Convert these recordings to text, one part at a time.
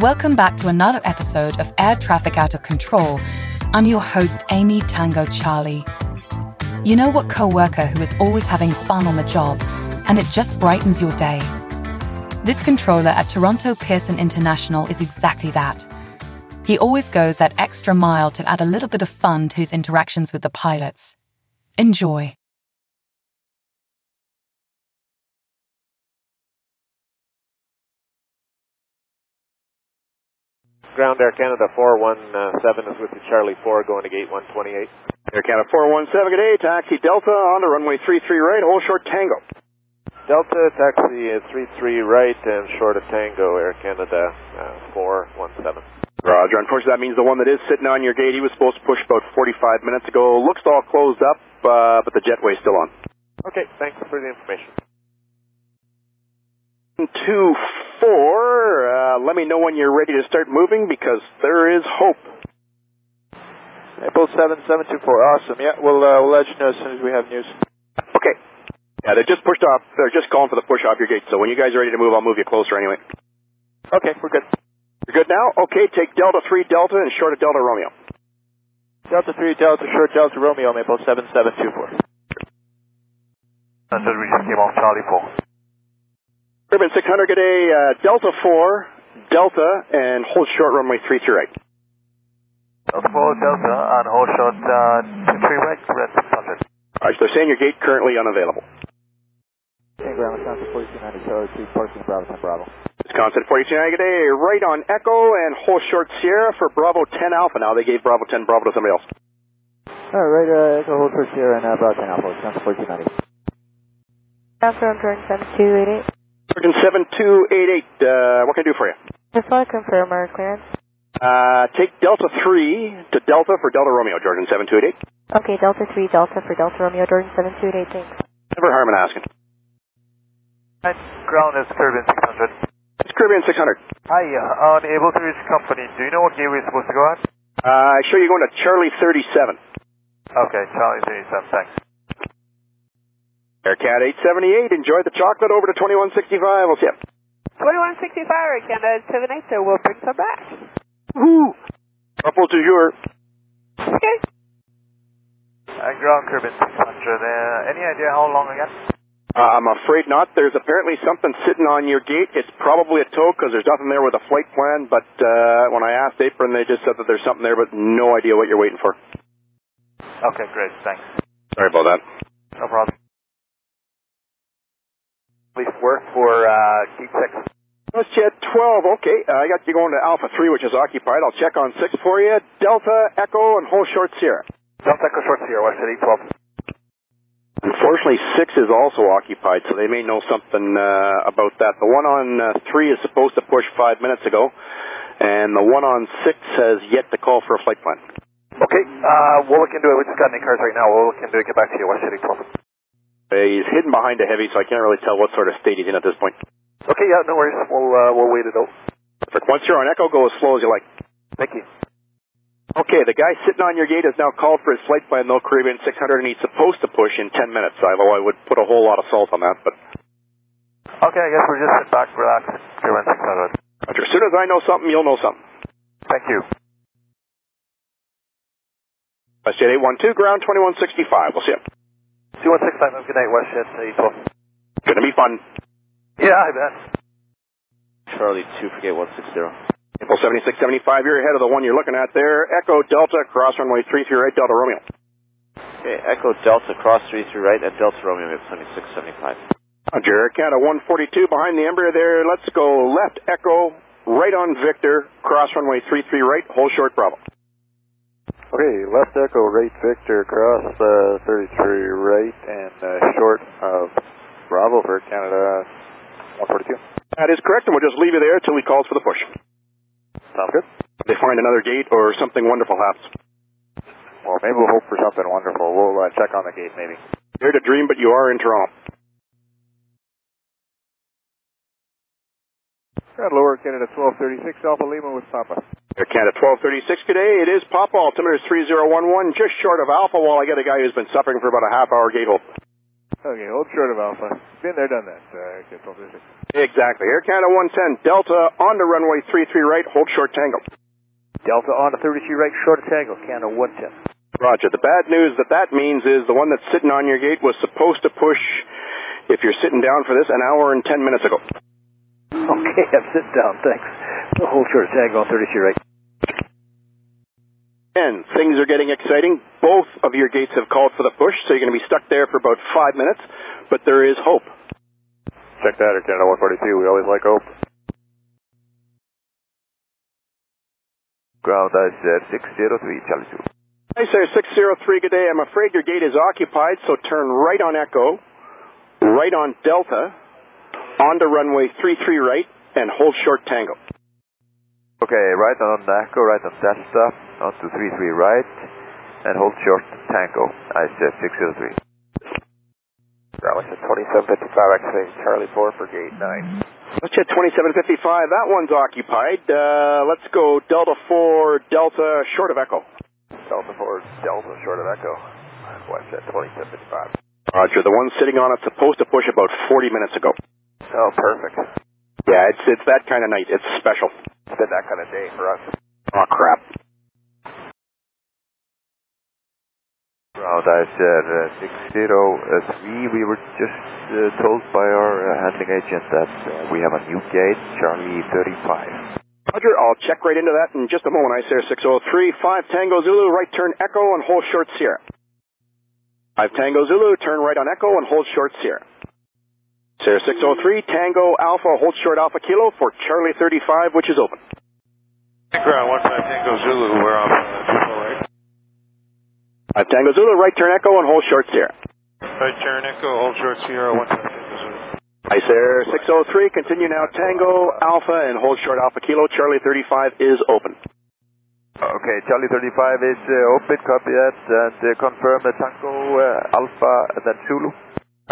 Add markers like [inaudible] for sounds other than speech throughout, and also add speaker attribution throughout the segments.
Speaker 1: Welcome back to another episode of Air Traffic Out of Control. I'm your host, Amy Tango Charlie. You know what coworker who is always having fun on the job, and it just brightens your day. This controller at Toronto Pearson International is exactly that. He always goes that extra mile to add a little bit of fun to his interactions with the pilots. Enjoy.
Speaker 2: Ground Air Canada 417 is with the Charlie 4 going to gate 128.
Speaker 3: Air Canada 417, good day. Taxi Delta on to runway 33 right, hold short tango.
Speaker 2: Delta taxi is 33 right and short of Tango Air Canada uh, 417.
Speaker 3: Roger, unfortunately that means the one that is sitting on your gate, he was supposed to push about 45 minutes ago. Looks all closed up, uh, but the jetway's still on.
Speaker 2: Okay, thanks for the information.
Speaker 3: 2-4, uh, let me know when you're ready to start moving because there is hope.
Speaker 2: Maple 7724, awesome. Yeah, we'll, uh, we'll let you know as soon as we have news.
Speaker 3: Okay. Yeah, they just pushed off. They're just calling for the push off your gate. So when you guys are ready to move, I'll move you closer anyway.
Speaker 2: Okay, we're good.
Speaker 3: You're good now? Okay, take Delta 3 Delta and short of Delta Romeo.
Speaker 2: Delta 3, Delta short, Delta Romeo, Maple 7724.
Speaker 4: That's we just came off Charlie 4.
Speaker 3: Ribbon 600, good day. Uh, Delta 4 Delta and hold short runway 33 right.
Speaker 4: Delta 4 Delta and hold short uh, 23 right, red 600.
Speaker 3: All right, so they're saying your gate currently unavailable.
Speaker 5: St. Ground, Wisconsin, 4290, Charlie 3, parking Bravo 10 Bravo.
Speaker 3: Wisconsin 4290, good day. Right on Echo and hold short Sierra for Bravo 10 Alpha. Now they gave Bravo 10 Bravo to somebody else.
Speaker 5: All right, uh, Echo, hold for Sierra and uh, Bravo 10 Alpha, Wisconsin 4290.
Speaker 6: After I'm turn 7288,
Speaker 3: Surgeon 7288, uh, what can I do for you?
Speaker 6: just want to confirm our clearance.
Speaker 3: Uh, take Delta 3 to Delta for Delta Romeo, Jordan 7288.
Speaker 6: Okay, Delta 3 Delta for Delta Romeo Jordan 7288, thanks.
Speaker 3: Never harm in asking.
Speaker 4: And ground is Caribbean 600.
Speaker 3: It's Caribbean 600.
Speaker 4: Hi, uh, unable to reach company. Do you know what gateway is supposed to go at?
Speaker 3: Uh, I show you're going to Charlie 37.
Speaker 4: Okay, Charlie 37, thanks.
Speaker 3: Air Cat 878, enjoy the chocolate over to 2165. We'll see you.
Speaker 7: 4165 right, Canada is 7 so we'll bring some back.
Speaker 3: Woo! Couple du jour.
Speaker 7: Okay.
Speaker 4: And ground Caribbean 600. Uh, any idea how long again?
Speaker 3: Uh, I'm afraid not. There's apparently something sitting on your gate. It's probably a tow because there's nothing there with a flight plan. But uh, when I asked Apron, they just said that there's something there, but no idea what you're waiting for.
Speaker 4: Okay, great, thanks.
Speaker 3: Sorry about that.
Speaker 4: No problem.
Speaker 2: Please work for uh, gate 6.
Speaker 3: Let's jet 12. Okay, uh, I got you going to Alpha 3, which is occupied. I'll check on 6 for you. Delta, Echo, and whole short Sierra.
Speaker 4: Delta Echo Short Sierra, West City 12.
Speaker 3: Unfortunately, six is also occupied, so they may know something uh, about that. The one on uh, three is supposed to push five minutes ago, and the one on six has yet to call for a flight plan.
Speaker 4: Okay, uh, we'll look into it. We just got any cars right now. We'll look into it. Get back to you, West City 12.
Speaker 3: Uh, he's hidden behind a heavy, so I can't really tell what sort of state he's in at this point.
Speaker 4: Okay, yeah, no worries. We'll, uh, we'll wait it out.
Speaker 3: Perfect. Once you're on Echo, go as slow as you like.
Speaker 4: Thank you.
Speaker 3: Okay, the guy sitting on your gate has now called for his flight plan, though Caribbean 600, and he's supposed to push in 10 minutes. Although I would put a whole lot of salt on that, but
Speaker 4: Okay, I guess we'll just sit back, relax, Caribbean 600.
Speaker 3: Roger. As soon as I know something, you'll know something.
Speaker 4: Thank you.
Speaker 3: West Jet 812, ground 2165. We'll see you.
Speaker 4: 216 Diamond, good night, West Jet 812.
Speaker 3: Gonna be fun.
Speaker 4: Yeah, I bet.
Speaker 2: Charlie 2, forget 160.
Speaker 3: April 7675, you're ahead of the one you're looking at there. Echo Delta, cross runway 338, Delta Romeo.
Speaker 2: Okay, Echo Delta, cross 33 right at Delta Romeo, Maple 7675.
Speaker 3: Roger, Air Canada 142 behind the Embraer there. Let's go left Echo, right on Victor, cross runway 33 right, hold short Bravo.
Speaker 5: Okay, left Echo, right Victor, cross uh, 33 right and uh, short of Bravo for Canada 142.
Speaker 3: That is correct, and we'll just leave you there till he calls for the push.
Speaker 5: Sounds good.
Speaker 3: If they find another gate or something wonderful happens.
Speaker 5: Well, maybe we'll hope for something wonderful. We'll uh, check on the gate maybe.
Speaker 3: Dare to dream, but you are in Toronto.
Speaker 5: Ground lower Canada 1236 Alpha Lima with Papa.
Speaker 3: Air Canada 1236 today. It is Papa. Altimeter is 3011, just short of Alpha, while I get a guy who's been suffering for about a half hour gate hold.
Speaker 5: Okay, hold short of Alpha. Been there, done that. Uh, okay, 1236.
Speaker 3: Exactly. Air Canada 110, Delta on to runway 33 right, hold short tango.
Speaker 5: Delta on to 33 right, short of Tango, Canada 110.
Speaker 3: Roger. The bad news that that means is the one that's sitting on your gate was supposed to push, if you're sitting down for this, an hour and 10 minutes ago.
Speaker 5: [laughs] Okay, I'm sitting down, thanks. Hold short of Tango on 33 right.
Speaker 3: And things are getting exciting. Both of your gates have called for the push, so you're going to be stuck there for about five minutes, but there is hope.
Speaker 5: Check that, Air Canada 142, we always like hope.
Speaker 4: Ground is uh, 603, Charlie 2.
Speaker 3: Hi, sir. 603, good day. I'm afraid your gate is occupied, so turn right on Echo, right on Delta, onto runway 33 right, and hold short tango.
Speaker 4: Okay, right on Echo, right on Delta, on to 33 right, and hold short Tango, ICS 603.
Speaker 2: Ground is 2755, exiting Charlie 4 for gate 9.
Speaker 3: Let's hit 2755. That one's occupied. Uh, let's go Delta 4, Delta, short of Echo.
Speaker 2: Delta 4, Delta, short of Echo. Watch that 2755.
Speaker 3: Roger. The one sitting on it's supposed to push about 40 minutes ago.
Speaker 2: Oh, perfect.
Speaker 3: Yeah, it's, it's that kind of night. It's special.
Speaker 2: It's been that kind of day for us.
Speaker 3: Oh, crap.
Speaker 4: Ground is uh, 603. We were just uh, told by our uh, handling agent that uh, we have a new gate, Charlie 35.
Speaker 3: Roger, I'll check right into that in just a moment. I say 603, 5 Tango Zulu, right turn Echo and hold short Sierra. 5 Tango Zulu, turn right on Echo and hold short Sierra. Sierra 603, Tango Alpha, hold short Alpha Kilo for Charlie 35, which is open.
Speaker 2: Ground 15 Tango Zulu, we're off uh,
Speaker 3: 5 Tango Zulu, right turn Echo and hold short Sierra.
Speaker 2: 208. Right turn Echo, hold short Sierra 15 Tango Zulu.
Speaker 3: I Air 603, continue now Tango Alpha and hold short Alpha Kilo, Charlie 35 is open.
Speaker 4: Okay, Charlie 35 is uh, open, copy that, and uh, confirm the Tango uh, Alpha, and then Zulu.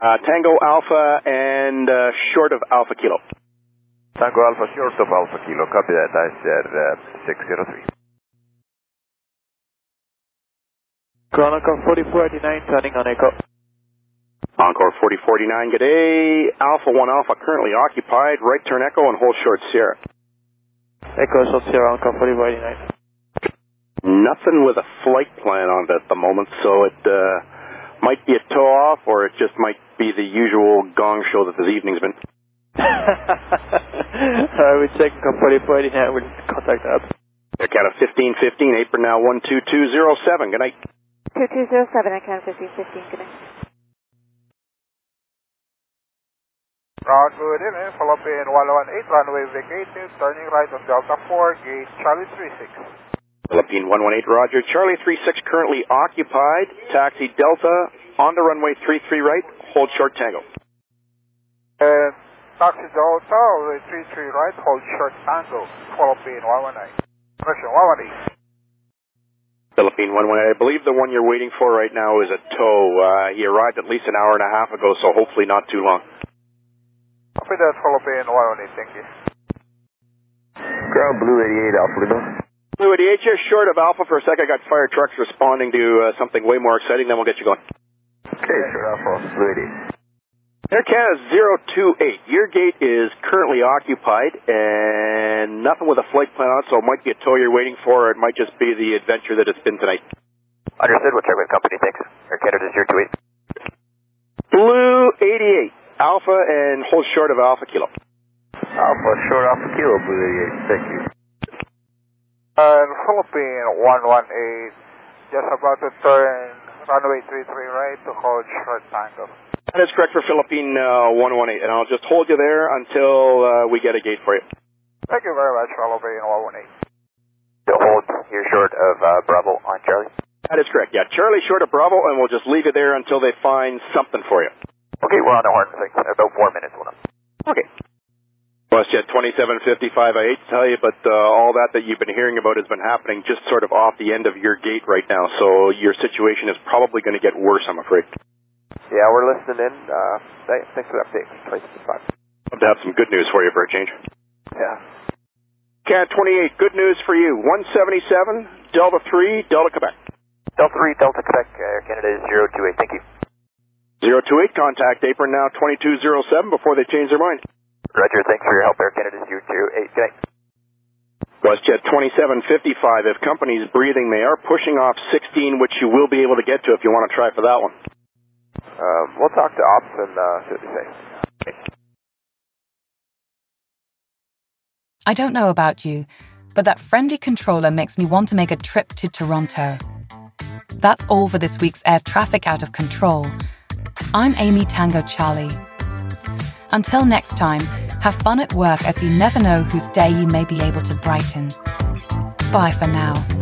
Speaker 3: Uh, Tango Alpha and uh, short of Alpha Kilo.
Speaker 4: Tango Alpha short of Alpha Kilo, copy that, I said uh, 603. Ground Echo 4489, turning on Echo.
Speaker 3: Encore 4049, good day. Alpha 1 Alpha currently occupied. Right turn Echo and hold short Sierra.
Speaker 4: Echo South Sierra, Encore [laughs] 4489.
Speaker 3: Nothing with a flight plan on it at the moment, so it uh, might be a tow off or it just might be the usual gong show that this evening's been.
Speaker 4: Alright, Uh, we check Encore 4489, we'll contact up.
Speaker 3: Air Canada 1515, apron now 12207. Good night.
Speaker 6: 2207, I can 1515, good night.
Speaker 8: Route good evening, eh? follow up in 118, runway vacated, turning right on Delta 4, gate Charlie 36.
Speaker 3: Philippine 118, Roger. Charlie 36 currently occupied. Taxi Delta on the runway 33 right, hold short Tango.
Speaker 8: And taxi Delta, runway 33 right, hold short angle, follow up in oh 119. Correction, 118.
Speaker 3: Philippine 118, I believe the one you're waiting for right now is a tow. Uh, he arrived at least an hour and a half ago, so hopefully not too long.
Speaker 8: Copy that, follow up in 118, thank you.
Speaker 9: Ground Blue 88 Alpha Lima.
Speaker 3: Fluid EHS short of Alpha for a second. I got fire trucks responding to uh, something way more exciting. Then we'll get you going.
Speaker 9: Okay, sure, Alpha Blue 88.
Speaker 3: Air Canada 028. Your gate is currently occupied and nothing with a flight plan on, it, so it might be a tow you're waiting for, or it might just be the adventure that it's been tonight.
Speaker 9: Understood, we'll check with company, thanks. Air Canada 028.
Speaker 3: Blue 88, Alpha and hold short of Alpha Kilo.
Speaker 9: Alpha short Alpha Kilo Blue 88, thank you.
Speaker 8: And Philippine 118, just about to turn runway 33 right to hold short tango.
Speaker 3: That is correct for Philippine uh, 118, and I'll just hold you there until uh, we get a gate for you.
Speaker 8: Thank you very much, follow up in 118.
Speaker 9: Still hold, you're short of uh, Bravo on Charlie.
Speaker 3: That is correct. Yeah, Charlie short of Bravo, and we'll just leave you there until they find something for you.
Speaker 9: Okay, we're on the horn, thanks. Uh, About four minutes, we'll know.
Speaker 3: Okay. Plus, yeah, 2755. I hate to tell you, but uh, all that that you've been hearing about has been happening just sort of off the end of your gate right now. So your situation is probably going to get worse, I'm afraid.
Speaker 9: Yeah, we're listening in. Uh, thanks, thanks for the update. Place to five.
Speaker 3: Love to have some good news for you for a change.
Speaker 9: Yeah.
Speaker 3: Cat 28, good news for you. 177, Delta 3, Delta Quebec.
Speaker 9: uh, Delta 3, Delta Quebec, Air Canada 028, thank you.
Speaker 3: 028, contact apron now 2207 before they change their mind.
Speaker 9: Roger, thanks for your help, Air Canada's U-28. Good night.
Speaker 3: WestJet 2755, if companies breathing, they are pushing off 16, which you will be able to get to if you want to try for that one.
Speaker 9: Um, we'll talk to Ops and uh, see what they say.
Speaker 1: I don't know about you, but that friendly controller makes me want to make a trip to Toronto. That's all for this week's Air Traffic Out of Control. I'm Amy Tango Charlie. Until next time, have fun at work as you never know whose day you may be able to brighten. Bye for now.